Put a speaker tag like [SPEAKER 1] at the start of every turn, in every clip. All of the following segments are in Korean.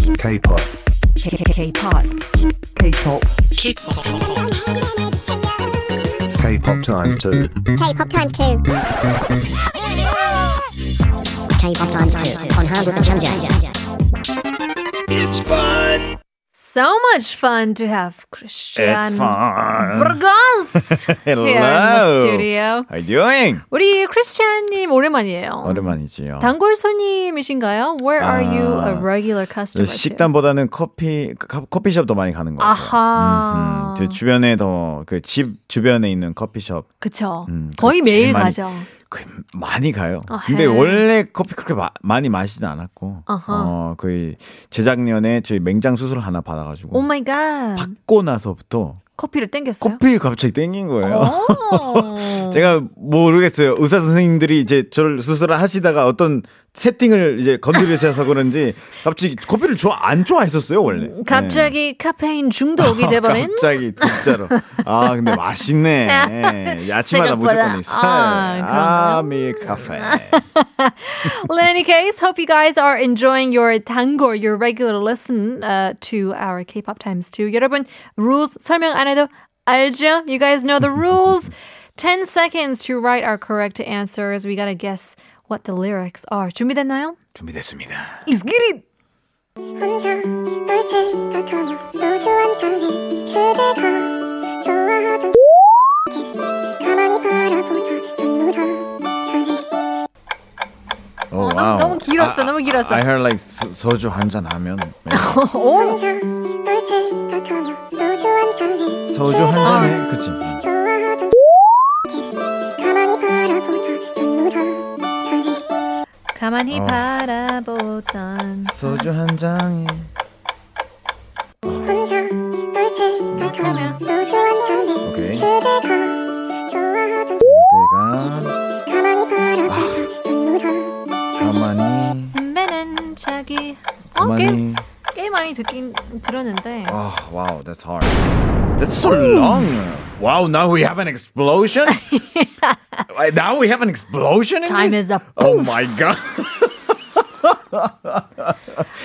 [SPEAKER 1] K-pop,
[SPEAKER 2] K-pop,
[SPEAKER 3] K-pop,
[SPEAKER 1] K-pop times two,
[SPEAKER 4] K-pop times two. K-pop times two on Hangul and Changja.
[SPEAKER 2] So much fun to have Christian
[SPEAKER 5] It's fun.
[SPEAKER 2] Burgos
[SPEAKER 5] Hello.
[SPEAKER 2] here in the studio.
[SPEAKER 5] How you doing?
[SPEAKER 2] 우리 크리스찬님 오랜만이에요.
[SPEAKER 5] 오랜만이지요.
[SPEAKER 2] 단골 손님이신가요? Where are you a regular customer? to?
[SPEAKER 5] 아, 네, 식당보다는 커피 카- 커피숍도 많이 가는 것 같아요.
[SPEAKER 2] 아하.
[SPEAKER 5] 음, 제 주변에 더 그 집 주변에 있는 커피숍
[SPEAKER 2] 그쵸.
[SPEAKER 5] 음,
[SPEAKER 2] 거의
[SPEAKER 5] 제일
[SPEAKER 2] 매일
[SPEAKER 5] 많이-
[SPEAKER 2] 가죠.
[SPEAKER 5] 거의 많이 가요.
[SPEAKER 2] 아,
[SPEAKER 5] 근데
[SPEAKER 2] 해.
[SPEAKER 5] 원래 커피 그렇게 마- 많이 마시진 않았고
[SPEAKER 2] 아하.
[SPEAKER 5] 어 거의 재작년에 저희 맹장 수술 하나 받아가지고
[SPEAKER 2] 오 마이 갓.
[SPEAKER 5] 받고 나서부터
[SPEAKER 2] Oh 커피를 땡겼어요? 어.
[SPEAKER 5] 커피 네. 갑자기 땡긴 거예요.
[SPEAKER 2] 오.
[SPEAKER 5] 제가 모르겠어요. 의사 선생님들이 이제 저를 수술을 하시다가 어떤 세팅을 이제 건드리셔서 그런지 갑자기 커피를 좋아 안 좋아했었어요 원래.
[SPEAKER 2] 음, 갑자기 카페인
[SPEAKER 5] 네.
[SPEAKER 2] 중독이 돼버린
[SPEAKER 5] 갑자기 진짜로. 아 근데 맛있네. 예, 아침마다
[SPEAKER 2] 생각보다.
[SPEAKER 5] 무조건 있어.
[SPEAKER 2] 아, 그런가요?
[SPEAKER 5] 아미 카페.
[SPEAKER 2] Well, in any case, hope you guys are enjoying your tango, your regular listen uh, to our K-pop times too. 여러분, rules 설명 안 해도 알죠? You guys know the rules. 10 seconds to write our correct answers. We gotta guess what the lyrics are. 준비됐나요?
[SPEAKER 5] 준비됐습니다.
[SPEAKER 2] Let's get it!
[SPEAKER 6] 혼자 널 생각하며 소주 한 잔에 그대가 좋아하던 가만히 바라보다 눈물이 차네
[SPEAKER 5] 오,
[SPEAKER 2] 너무- 너무 길었어,
[SPEAKER 5] 아,
[SPEAKER 2] 너무 길었어.
[SPEAKER 5] I heard like 소- 소주 한 잔 하면 네.
[SPEAKER 2] 오!
[SPEAKER 6] 혼자 널 생각하며 소주 한 잔에
[SPEAKER 5] 소주 한 잔에 그치.
[SPEAKER 6] 좋아하던 가만히 바라보다 눈물이 차네
[SPEAKER 2] 가만히 바라보던
[SPEAKER 5] 소주 한 잔에
[SPEAKER 6] 혼자 널 생각하며 소주 한 잔에
[SPEAKER 5] 오케이.
[SPEAKER 6] 그대가 좋아하던
[SPEAKER 5] 내가
[SPEAKER 6] 가만히 바라보다 눈물이 차네
[SPEAKER 5] 가만히
[SPEAKER 2] 담배는 자기 어, 꽤,
[SPEAKER 5] 가만히.
[SPEAKER 2] 꽤 많이 듣긴 들었는데
[SPEAKER 5] Oh, wow, that's hard. That's so long. Wow, now we have an explosion. Wait, now we have an explosion. In
[SPEAKER 2] Time
[SPEAKER 5] this?
[SPEAKER 2] is up.
[SPEAKER 5] Oh my god.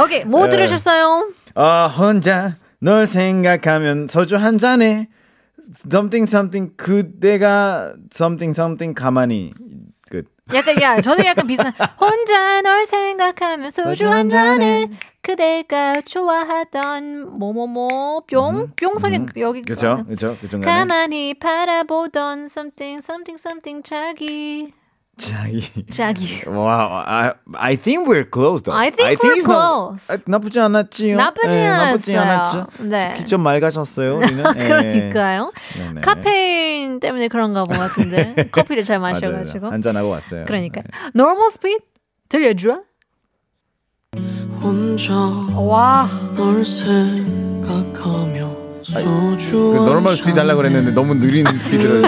[SPEAKER 2] 오케이, 뭐 들으셨어요?
[SPEAKER 5] 아 혼자 널 생각하면 소주 한 잔에 something something 그대가 something something 가만히 끝.
[SPEAKER 2] 약간 야 저는 약간 비슷한 혼자 널 생각하면 소주 한 잔에 그대가 좋아하던 뭐뭐뭐 뿅뿅 소리 여기
[SPEAKER 5] 음. 그렇죠, 그렇죠, 그 중간에
[SPEAKER 2] 가만히 바라보던 something something something 자기
[SPEAKER 5] 자기.
[SPEAKER 2] 자기
[SPEAKER 5] 음. Wow, I I think we're close though.
[SPEAKER 2] I think we're
[SPEAKER 5] it's not-
[SPEAKER 2] close.
[SPEAKER 5] 아, 나쁘지 않았지요.
[SPEAKER 2] 나쁘지
[SPEAKER 5] 예, 나쁘지
[SPEAKER 2] 않았어요.
[SPEAKER 5] 않았죠.
[SPEAKER 2] 네.
[SPEAKER 5] 귀좀 맑아졌어요. 우리는. 예.
[SPEAKER 2] 그러니까요
[SPEAKER 5] 네네.
[SPEAKER 2] 카페인 때문에 그런가 본 것 같은데 커피를 잘 마셔가지고
[SPEAKER 5] 맞아요. 한잔하고 왔어요. 네.
[SPEAKER 2] 그러니까 normal speed 들려줘
[SPEAKER 5] 음.
[SPEAKER 7] 혼자
[SPEAKER 2] 와
[SPEAKER 7] 널 생각하며 소주
[SPEAKER 5] 그 노멀 스피드 하려고 그랬는데 너무 느린
[SPEAKER 7] 음.
[SPEAKER 5] 스피드를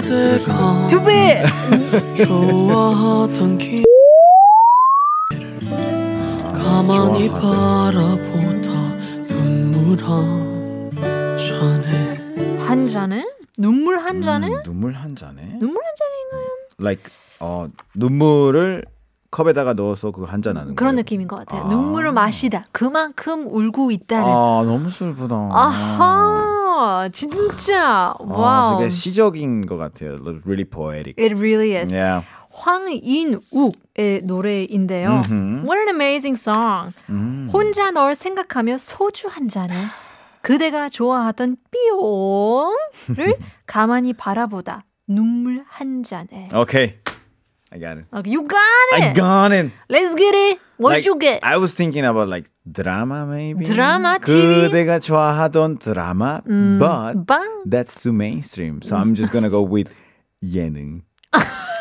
[SPEAKER 7] 그대가
[SPEAKER 5] 들으시네요.
[SPEAKER 2] 두배
[SPEAKER 7] 좋아하던 기를 가만히
[SPEAKER 5] 아, 좋아하던.
[SPEAKER 7] 바라보다 눈물 한 잔에
[SPEAKER 2] 한 잔에 눈물 한 잔에
[SPEAKER 5] 음, 눈물 한 잔에?
[SPEAKER 2] 눈물 한 잔인가요?
[SPEAKER 5] like 어, 눈물을 컵에다가 넣어서 그거 한잔 하는
[SPEAKER 2] 그런
[SPEAKER 5] 거예요.
[SPEAKER 2] 느낌인 것 같아요.
[SPEAKER 5] 아.
[SPEAKER 2] 눈물을 마시다. 그만큼 울고 있다는. 아.
[SPEAKER 5] 아, 너무 슬프다.
[SPEAKER 2] 하 진짜.
[SPEAKER 5] 아,
[SPEAKER 2] 와우.
[SPEAKER 5] 되게 시적인 것 같아요. Really poetic.
[SPEAKER 2] It really is.
[SPEAKER 5] Yeah.
[SPEAKER 2] 황인욱의 노래인데요.
[SPEAKER 5] 음흠.
[SPEAKER 2] What an amazing song.
[SPEAKER 5] 음.
[SPEAKER 2] 혼자 널 생각하며 소주 한 잔에 그대가 좋아하던 삐용을 가만히 바라보다 눈물 한 잔에.
[SPEAKER 5] Okay. I got it.
[SPEAKER 2] Okay, You got
[SPEAKER 5] 어. I
[SPEAKER 2] it.
[SPEAKER 5] got it.
[SPEAKER 2] Let's get it. What
[SPEAKER 5] Like,
[SPEAKER 2] you get?
[SPEAKER 5] I was thinking about like drama maybe.
[SPEAKER 2] 드라마, 음. TV?
[SPEAKER 5] 그대가 좋아하던 드라마, but
[SPEAKER 2] 빵.
[SPEAKER 5] That's too mainstream. So I'm just gonna go with 예능.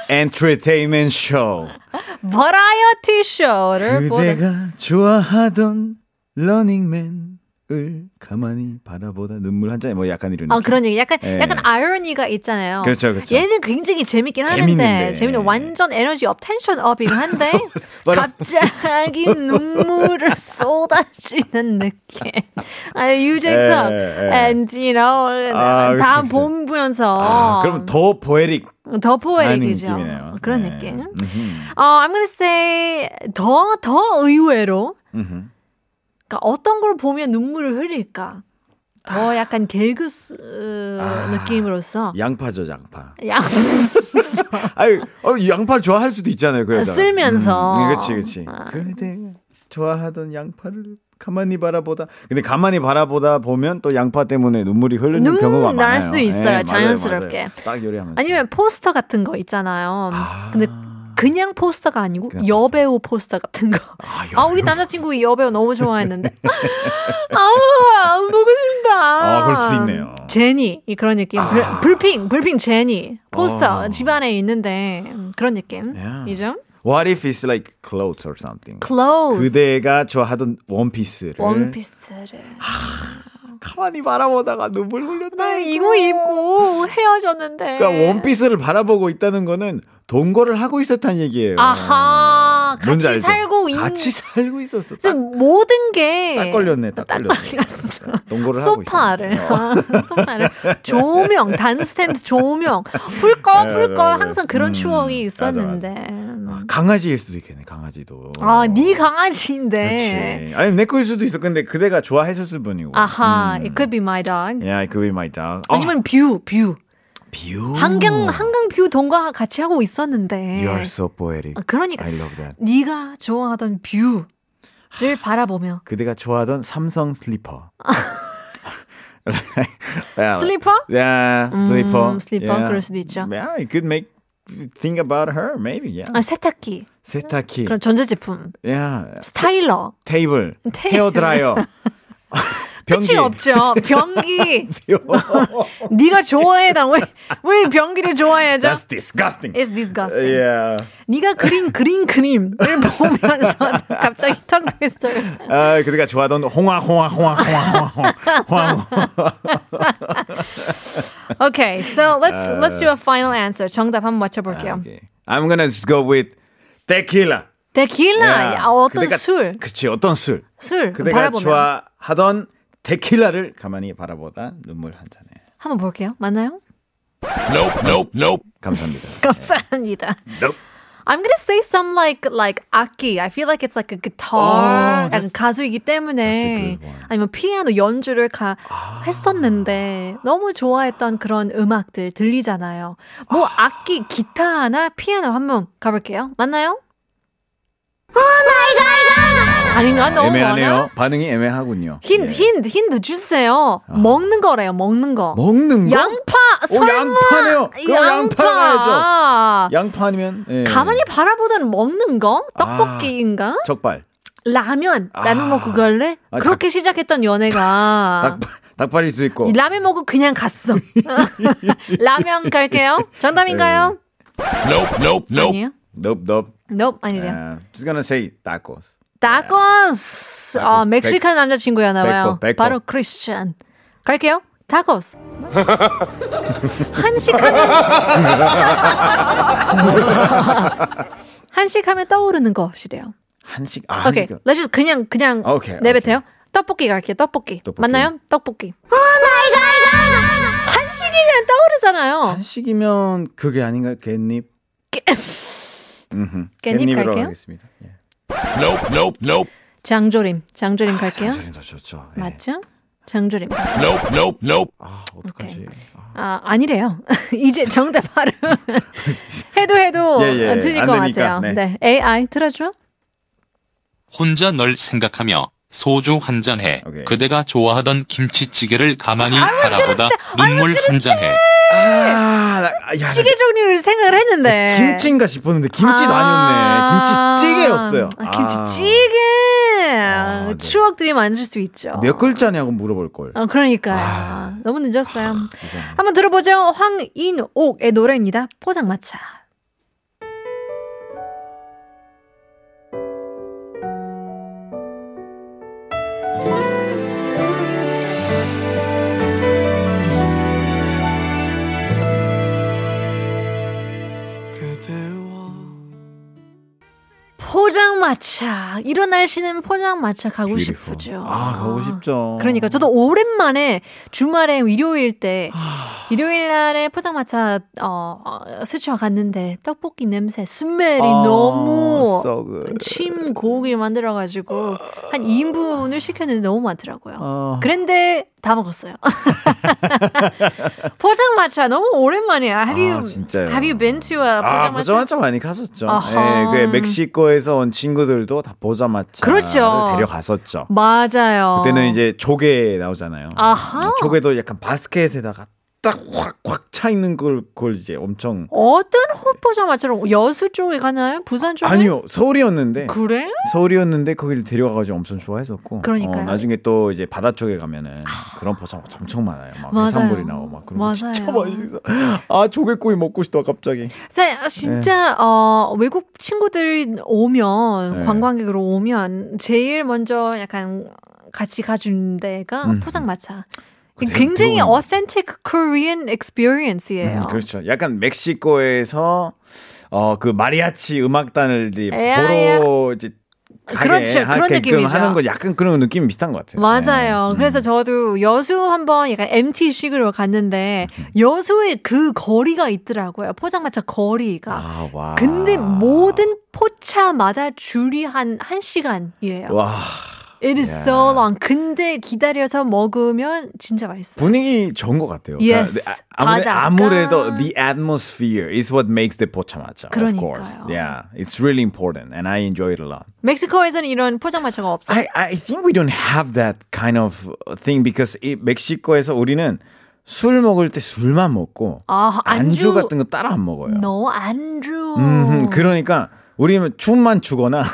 [SPEAKER 5] Entertainment show.
[SPEAKER 2] 버라이어티 쇼를 보는
[SPEAKER 5] 그대가 좋아하던 러닝맨을 가만히 바라보다 눈물 한 잔에 뭐 약간 이런.
[SPEAKER 2] 아 예,
[SPEAKER 5] 느낌.
[SPEAKER 2] 그런 얘기 약간
[SPEAKER 5] 예.
[SPEAKER 2] 약간 아이러니가 있잖아요.
[SPEAKER 5] 그렇죠, 그렇죠.
[SPEAKER 2] 얘는 굉장히 재밌긴 하는데
[SPEAKER 5] 재밌는데. 예. 어,
[SPEAKER 2] 재밌는 완전 에너지 업 텐션 업이긴 한데
[SPEAKER 5] 뭐라-
[SPEAKER 2] 갑자기 눈물을 쏟아지는 느낌. 아 유재석
[SPEAKER 5] 예, 예.
[SPEAKER 2] and you know
[SPEAKER 5] 아, 그치,
[SPEAKER 2] 다
[SPEAKER 5] 그치.
[SPEAKER 2] 보면서
[SPEAKER 5] 아, 그럼 더 보에릭
[SPEAKER 2] 더
[SPEAKER 5] 하는
[SPEAKER 2] 포에릭이죠.
[SPEAKER 5] 느낌이네요.
[SPEAKER 2] 그런
[SPEAKER 5] 네.
[SPEAKER 2] 느낌.
[SPEAKER 5] 음흠.
[SPEAKER 2] 어, I'm gonna say 더 더 의외로
[SPEAKER 5] 음흠.
[SPEAKER 2] 그러니까 어떤 걸 보면 눈물을 흘릴까? 더 약간 개그 스
[SPEAKER 5] 아. 예.
[SPEAKER 2] 느낌으로서
[SPEAKER 5] 양파죠 양파.
[SPEAKER 2] 양
[SPEAKER 5] 아유, 어, 양파를 좋아할 수도 있잖아요. 그 여자.
[SPEAKER 2] 쓸면서. 아.
[SPEAKER 5] 그렇지, 그렇지. 그대 좋아하던 양파를 가만히 바라보다. 근데 가만히 바라보다 보면 또 양파 때문에 눈물이 흐르는
[SPEAKER 2] 눈물
[SPEAKER 5] 경우가
[SPEAKER 2] 날
[SPEAKER 5] 많아요. 예,
[SPEAKER 2] 수도 있어요,
[SPEAKER 5] 맞아요,
[SPEAKER 2] 자연스럽게.
[SPEAKER 5] 맞아요. 딱 요리하면.
[SPEAKER 2] 아니면 포스터 같은 거 있잖아요.
[SPEAKER 5] 아.
[SPEAKER 2] 근데 그냥 포스터가 아니고
[SPEAKER 5] 그냥
[SPEAKER 2] 여배우 포스터 같은 거.
[SPEAKER 5] 아,
[SPEAKER 2] 아 우리 남자친구 여배우 너무 좋아했는데 아우 안 보고 싶다.
[SPEAKER 5] 아, 그럴 수도 있네요.
[SPEAKER 2] 제니 이 그런 느낌.
[SPEAKER 5] 아.
[SPEAKER 2] 불, 핑 불핑 제니 포스터
[SPEAKER 5] 어.
[SPEAKER 2] 집 안에 있는데 음, 그런 느낌.
[SPEAKER 5] 야.
[SPEAKER 2] 이죠?
[SPEAKER 5] What if it's like clothes or something?
[SPEAKER 2] Clothes
[SPEAKER 5] 그대가 좋아하던 원피스를
[SPEAKER 2] 원피스를
[SPEAKER 5] 가만히 바라보다가 눈물
[SPEAKER 2] 나
[SPEAKER 5] 흘렸다.
[SPEAKER 2] 이거 입고 헤어졌는데.
[SPEAKER 5] 그러니까 원피스를 바라보고 있다는 거는 동거를 하고 있었다는 얘기예요.
[SPEAKER 2] 아하
[SPEAKER 5] 어. 뭔지
[SPEAKER 2] 같이
[SPEAKER 5] 알죠?
[SPEAKER 2] 살고 있는.
[SPEAKER 5] 같이 살고 있었어.
[SPEAKER 2] 진짜 모든 게
[SPEAKER 5] 딱 걸렸네, 딱
[SPEAKER 2] 딱
[SPEAKER 5] 걸렸네.
[SPEAKER 2] 걸렸어.
[SPEAKER 5] 동거를 하고
[SPEAKER 2] 소파를
[SPEAKER 5] 있었네. 어.
[SPEAKER 2] 소파를 조명 단스탠드 조명 불꺼
[SPEAKER 5] 네,
[SPEAKER 2] 불꺼
[SPEAKER 5] 네, 네.
[SPEAKER 2] 항상 그런
[SPEAKER 5] 음,
[SPEAKER 2] 추억이
[SPEAKER 5] 맞아, 맞아.
[SPEAKER 2] 있었는데
[SPEAKER 5] 아, 강아지일 수도 있겠네. 강아지도.
[SPEAKER 2] 음. 아네
[SPEAKER 5] 그렇지.
[SPEAKER 2] 강아지인데
[SPEAKER 5] 아니 내 거일 수도 있어. 근데 그대가 좋아했었을 뿐이고. 음.
[SPEAKER 2] 아하 it could be my dog
[SPEAKER 5] Yeah, it could be my dog. 예. 아,
[SPEAKER 2] 아니면 뷰 뷰
[SPEAKER 5] 뷰.
[SPEAKER 2] 한강 한강 뷰 동거 같이 하고 있었는데
[SPEAKER 5] You are so poetic.
[SPEAKER 2] 네. 아, 그러니까
[SPEAKER 5] I love that.
[SPEAKER 2] 네가 좋아하던 뷰를 바라보며
[SPEAKER 5] 그대가 좋아하던 삼성 슬리퍼.
[SPEAKER 2] 아. 슬리퍼
[SPEAKER 5] Yeah, 아, 슬리퍼. 예. 네.
[SPEAKER 2] 음, 슬리퍼, 그럴 수도 있죠.
[SPEAKER 5] Yeah, it could make think about her maybe. Yeah.
[SPEAKER 2] 아, 세탁기
[SPEAKER 5] 세탁기.
[SPEAKER 2] 그런 전자제품
[SPEAKER 5] Yeah.
[SPEAKER 2] 스타일러
[SPEAKER 5] 테이블.
[SPEAKER 2] 테이블.
[SPEAKER 5] 헤어 드라이어. 변기.
[SPEAKER 2] 끝이 없죠 변기
[SPEAKER 5] 없죠.
[SPEAKER 2] 네가 좋아해 난왜왜 변기를 좋아해야죠?
[SPEAKER 5] That's 예. disgusting.
[SPEAKER 2] It's disgusting.
[SPEAKER 5] Yeah.
[SPEAKER 2] 네가 그린 그린 그림을 보면서 갑자기 텅 트위스터.
[SPEAKER 5] 아, 그대가 좋아하던 홍화 홍화 홍화 홍화 홍화 홍화 홍화.
[SPEAKER 2] Okay, so let's
[SPEAKER 5] 아.
[SPEAKER 2] let's do a final answer. 정답 한번 맞춰볼게요.
[SPEAKER 5] Okay. I'm gonna go with tequila.
[SPEAKER 2] Tequila. 아, 야, 어떤
[SPEAKER 5] 그대가-
[SPEAKER 2] 술?
[SPEAKER 5] 그치 어떤 술.
[SPEAKER 2] 술
[SPEAKER 5] 그대가
[SPEAKER 2] 바라보면
[SPEAKER 5] 좋아하던 테킬라를 가만히 바라보다 눈물 한 잔에.
[SPEAKER 2] 한번 볼게요. 맞나요?
[SPEAKER 5] 감사합니다.
[SPEAKER 2] 감사합니다.
[SPEAKER 5] Nope.
[SPEAKER 2] I'm gonna say some like like 악기. I feel like it's like a guitar.
[SPEAKER 5] Oh,
[SPEAKER 2] 약간
[SPEAKER 5] that's-
[SPEAKER 2] 가수이기 때문에
[SPEAKER 5] that's a good one. 아.
[SPEAKER 2] 아니면 피아노 연주를 가 했었는데 너무 좋아했던 그런 음악들 들리잖아요. 뭐 악기 기타 하나 피아노 한번 가볼게요. 맞나요? 아닌가 너무
[SPEAKER 5] 애매하네요.
[SPEAKER 2] 많아?
[SPEAKER 5] 반응이 애매하군요.
[SPEAKER 2] 힌트
[SPEAKER 5] 예. 아.
[SPEAKER 2] 힌트 힌트 주세요. 먹는 거래요. 먹는 거.
[SPEAKER 5] 먹는 거?
[SPEAKER 2] 양파
[SPEAKER 5] 오,
[SPEAKER 2] 설마
[SPEAKER 5] 양파네요. 그럼 양파로
[SPEAKER 2] 양파.
[SPEAKER 5] 양파 아니면 예.
[SPEAKER 2] 가만히 바라보다는 먹는 거? 떡볶이인가?
[SPEAKER 5] 적발.
[SPEAKER 2] 라면? 라면
[SPEAKER 5] 아.
[SPEAKER 2] 먹고 갈래?
[SPEAKER 5] 아,
[SPEAKER 2] 그렇게 시작했던 연애가
[SPEAKER 5] 닭발, 닭발일 수 있고.
[SPEAKER 2] 아. 이 라면 먹고 그냥 갔어. 라면 갈게요. 정답인가요? 아니에요?
[SPEAKER 5] 음. Nope, nope.
[SPEAKER 2] Nope, 아니래요.
[SPEAKER 5] Uh, just gonna say tacos.
[SPEAKER 2] 다코스. 아,
[SPEAKER 5] 다코스.
[SPEAKER 2] 멕시칸 남자친구였나 봐요.
[SPEAKER 5] 백코, 백코.
[SPEAKER 2] 바로 크리스찬. 갈게요. 다코스. 한식하면 한식하면 떠오르는 것이래요.
[SPEAKER 5] 한식 아
[SPEAKER 2] 오케이.
[SPEAKER 5] 한식.
[SPEAKER 2] Let's just 그냥 그냥
[SPEAKER 5] 오케이,
[SPEAKER 2] 내뱉어요. 떡볶이 갈게요. 떡볶이.
[SPEAKER 5] 떡볶이.
[SPEAKER 2] 맞나요? 떡볶이. 한식이면 떠오르잖아요.
[SPEAKER 5] 한식이면 그게 아닌가 깻잎. 깻잎.
[SPEAKER 2] 깻잎
[SPEAKER 5] 깻잎으로
[SPEAKER 2] 갈게요?
[SPEAKER 5] 하겠습니다. 예.
[SPEAKER 2] 장조림. 장조림
[SPEAKER 5] 아,
[SPEAKER 2] 갈게요.
[SPEAKER 5] 저는 더 좋죠. 예.
[SPEAKER 2] 맞죠? 장조림.
[SPEAKER 5] 아 어떡하지?
[SPEAKER 2] 아, 아니래요. 이제 정답 바로 해도 해도
[SPEAKER 5] 예, 예,
[SPEAKER 2] 안 틀릴
[SPEAKER 5] 안
[SPEAKER 2] 것
[SPEAKER 5] 되니까,
[SPEAKER 2] 같아요.
[SPEAKER 5] 네.
[SPEAKER 2] 네. AI 틀어줘.
[SPEAKER 3] 혼자 널 생각하며 소주 한 잔해.
[SPEAKER 5] 오케이.
[SPEAKER 3] 그대가 좋아하던 김치찌개를 가만히 바라보다 눈물 한 잔해.
[SPEAKER 5] 아, 나, 아, 야,
[SPEAKER 2] 찌개 종류를 생각을 했는데.
[SPEAKER 5] 아, 김치인가 싶었는데 김치도
[SPEAKER 2] 아.
[SPEAKER 5] 아니었네. 김치찌개였어요.
[SPEAKER 2] 아, 김치찌개.
[SPEAKER 5] 아, 네.
[SPEAKER 2] 추억들이 많을 수 있죠.
[SPEAKER 5] 아, 몇 글자냐고 물어볼 걸.
[SPEAKER 2] 어, 그러니까요.
[SPEAKER 5] 아.
[SPEAKER 2] 너무 늦었어요. 한번 들어보죠. 황인옥의 노래입니다. 포장마차.
[SPEAKER 7] 그대와
[SPEAKER 2] 포장마차. 포장마차. 이런 날씨는 포장마차 가고
[SPEAKER 5] Beautiful.
[SPEAKER 2] 싶죠.
[SPEAKER 5] 아 가고 싶죠.
[SPEAKER 2] 그러니까 저도 오랜만에 주말에 일요일 때
[SPEAKER 5] 아.
[SPEAKER 2] 일요일 날에 포장마차 어, 어, 스쳐 갔는데 떡볶이 냄새 스멜이
[SPEAKER 5] 아,
[SPEAKER 2] 너무
[SPEAKER 5] so good.
[SPEAKER 2] 침 고우게 만들어 가지고
[SPEAKER 5] 아.
[SPEAKER 2] 한 2인분을 시켰는데 너무 많더라고요.
[SPEAKER 5] 어.
[SPEAKER 2] 그런데 다 먹었어요. 포장마차 너무 오랜만이야. Have
[SPEAKER 5] 아,
[SPEAKER 2] you
[SPEAKER 5] 진짜요?
[SPEAKER 2] have you been to a
[SPEAKER 5] 아
[SPEAKER 2] 포장마차?
[SPEAKER 5] 보자마자 많이 갔었죠.
[SPEAKER 2] 아하.
[SPEAKER 5] 예, 그 멕시코에서 온 친구들도 다 보자마자
[SPEAKER 2] 그렇죠.
[SPEAKER 5] 데려갔었죠.
[SPEAKER 2] 맞아요.
[SPEAKER 5] 그때는 이제 조개 나오잖아요. 예,
[SPEAKER 2] 아하.
[SPEAKER 5] 조개도 약간 바스켓에다가 딱 확 확 차 있는 걸, 걸 이제 엄청
[SPEAKER 2] 어떤 포장마차로 여수 쪽에 가나요? 부산 쪽에?
[SPEAKER 5] 아니요 서울이었는데
[SPEAKER 2] 그래?
[SPEAKER 5] 서울이었는데 거기를 데려가가지고 엄청 좋아했었고
[SPEAKER 2] 그러니까요. 아.
[SPEAKER 5] 어, 나중에 또 이제 바다 쪽에 가면은 그런 보자마자 엄청 많아요. 막
[SPEAKER 2] 맞아요.
[SPEAKER 5] 해산물이 나오고 막 그런 거 진짜
[SPEAKER 2] 맞아요.
[SPEAKER 5] 맛있어. 아 조개구이 먹고 싶다 갑자기.
[SPEAKER 2] 사- 아, 진짜 어 외국 친구들 오면
[SPEAKER 5] 네.
[SPEAKER 2] 관광객으로 오면 제일 먼저 약간 같이 가준 데가
[SPEAKER 5] 음.
[SPEAKER 2] 포장마차.
[SPEAKER 5] 그대로
[SPEAKER 2] 굉장히
[SPEAKER 5] 들어오는
[SPEAKER 2] authentic Korean experience예요.
[SPEAKER 5] 음, 그렇죠. 약간 멕시코에서 어 그 마리아치 음악단을 이제
[SPEAKER 2] 에야,
[SPEAKER 5] 보러 이제 가게
[SPEAKER 2] 그렇죠. 그런
[SPEAKER 5] 하게끔
[SPEAKER 2] 느낌이죠.
[SPEAKER 5] 하는 거 약간 그런 느낌 비슷한 것 같아요.
[SPEAKER 2] 맞아요.
[SPEAKER 5] 네.
[SPEAKER 2] 그래서 저도 여수 한번 약간 MT식으로 갔는데
[SPEAKER 5] 음.
[SPEAKER 2] 여수에 그 거리가 있더라고요. 포장마차 거리가.
[SPEAKER 5] 아, 와.
[SPEAKER 2] 근데 모든 포차마다 줄이 한 1시간이에요.
[SPEAKER 5] 와
[SPEAKER 2] It is so long. 근데 기다려서 먹으면 진짜 맛있어.
[SPEAKER 5] 분위기 좋은 것 같아요.
[SPEAKER 2] Yes.
[SPEAKER 5] 아무래,
[SPEAKER 2] 바닷가.
[SPEAKER 5] 아무래도 the atmosphere is what makes the pochamacha. Of
[SPEAKER 2] 그러니까요.
[SPEAKER 5] course. Yeah, it's really important, and I enjoy it a lot.
[SPEAKER 2] 멕시코에서는 이런 포장마차가 없어. 요
[SPEAKER 5] I, I think we don't have that kind of thing because 이 멕시코에서 우리는 술 먹을 때 술만 먹고
[SPEAKER 2] 아, 안주-
[SPEAKER 5] 안주, 같은 거 따라 안 먹어요.
[SPEAKER 2] 너 안주.
[SPEAKER 5] 아, 음, 그러니까 우리는 춤만 추거나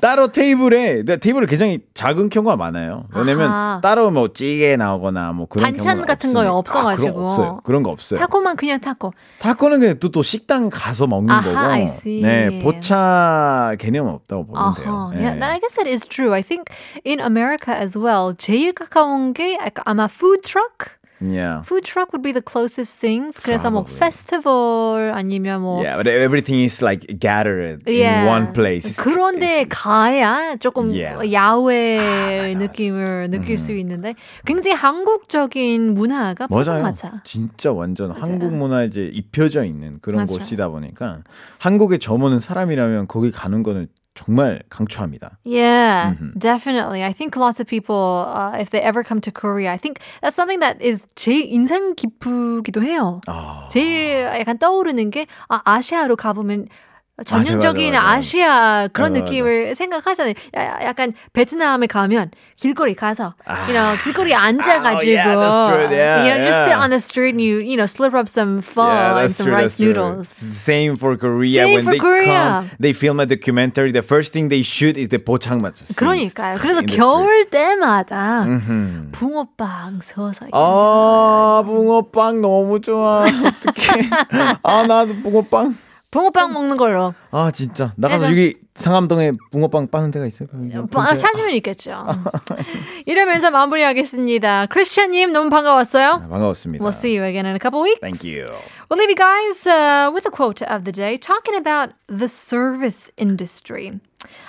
[SPEAKER 5] 따로 테이블에 근데 테이블이 굉장히 작은 경우가 많아요. 왜냐면
[SPEAKER 2] 아하.
[SPEAKER 5] 따로 뭐 찌개 나오거나 뭐 그런
[SPEAKER 2] 반찬
[SPEAKER 5] 경우가
[SPEAKER 2] 같은 거에
[SPEAKER 5] 없으니까.
[SPEAKER 2] 없어가지고.
[SPEAKER 5] 아, 그런 거 없어요. 그런 거 없어요.
[SPEAKER 2] 타코만 그냥 타코.
[SPEAKER 5] 타코... 는 그냥 또, 또 식당 가서 먹는
[SPEAKER 2] 아하,
[SPEAKER 5] 거고.
[SPEAKER 2] I see.
[SPEAKER 5] 네, 보차 개념은 없다고 보면 돼요.
[SPEAKER 2] 아하.
[SPEAKER 5] 네.
[SPEAKER 2] Yeah, that I guess that is true. I think in America as well, 제일 가까운 게 아까 아마 food truck.
[SPEAKER 5] 네. Yeah.
[SPEAKER 2] Food truck would be the closest things. 그래서 뭐
[SPEAKER 5] Probably.
[SPEAKER 2] 페스티벌 아니면 뭐
[SPEAKER 5] Yeah, but everything is like gathered in one place. It's-
[SPEAKER 2] 그런데
[SPEAKER 5] it's-
[SPEAKER 2] 가야 조금
[SPEAKER 5] Yeah.
[SPEAKER 2] 야외
[SPEAKER 5] 맞아. 음.
[SPEAKER 2] 느낌을 느낄 수 있는데 굉장히 한국적인 문화가
[SPEAKER 5] 맞아요.
[SPEAKER 2] 포장마차.
[SPEAKER 5] 진짜 완전 한국 문화에 이제 입혀져 있는 그런
[SPEAKER 2] 맞아요.
[SPEAKER 5] 곳이다 보니까 한국에 저무는 사람이라면 거기 가는 거는 정말 강추합니다.
[SPEAKER 2] Yeah,
[SPEAKER 5] Mm-hmm.
[SPEAKER 2] definitely. I think lots of people, uh, if they ever come to Korea, I think that's something that is 제일 인상 깊기도 해요.
[SPEAKER 5] 아,
[SPEAKER 2] 제일 약간 떠오르는 게 아, 아시아로 가보면 전형적인
[SPEAKER 5] 맞아,
[SPEAKER 2] 아
[SPEAKER 5] 맞아.
[SPEAKER 2] 시아 그런
[SPEAKER 5] 맞아, 맞아.
[SPEAKER 2] 느낌을 생각하잖아요. 야, 약간 베트남에 가면 길거리 가서
[SPEAKER 5] 아. Oh,
[SPEAKER 2] you know 길거리에 앉아가지고
[SPEAKER 5] yeah, that's true. Yeah,
[SPEAKER 2] you know just sit
[SPEAKER 5] yeah.
[SPEAKER 2] on the street and you you know slurp up some pho and some rice noodles.
[SPEAKER 5] Same for Korea.
[SPEAKER 2] Same
[SPEAKER 5] when
[SPEAKER 2] for
[SPEAKER 5] they
[SPEAKER 2] Korea.
[SPEAKER 5] come, they film a documentary. The first thing they shoot is the pochangmacha. scenes
[SPEAKER 2] 그러니까요. 그래서
[SPEAKER 5] in the street.
[SPEAKER 2] 겨울 때마다
[SPEAKER 5] 음.
[SPEAKER 2] 붕어빵 서서
[SPEAKER 5] 아, 붕어빵 너무 좋아. 어떡해. 아, 나도 붕어빵.
[SPEAKER 2] 붕어빵 먹는 걸로
[SPEAKER 5] 아, 진짜. 나가서
[SPEAKER 2] 그래서-
[SPEAKER 5] 여기 상암동에 붕어빵 빠는 데가 있어요?
[SPEAKER 2] 아, 찾으면 있겠죠. 이러면서 마무리하겠습니다. 크리스찬님 너무 반가웠어요.
[SPEAKER 5] 아, 반가웠습니다.
[SPEAKER 2] We'll see you again in a couple weeks.
[SPEAKER 5] Thank you.
[SPEAKER 2] We'll leave you guys uh, with a quote of the day talking about the service industry.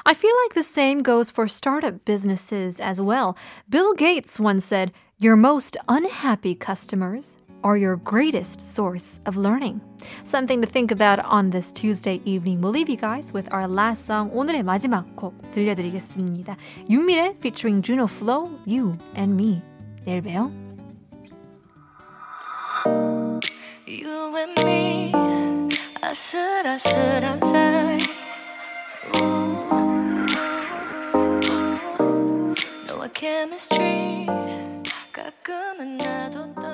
[SPEAKER 2] I feel like the same goes for startup businesses as well. Bill Gates once said, Your most unhappy customers are your greatest source of learning. Something to think about on this Tuesday evening. We'll leave you guys with our last song. 오늘의 마지막 곡 들려드리겠습니다. 윤미래 featuring Juno Flow, You and Me. 내일 봬요.
[SPEAKER 8] You and me 아슬아슬한 사이 Ooh, ooh, ooh. 너와 chemistry 가끔은 나도 다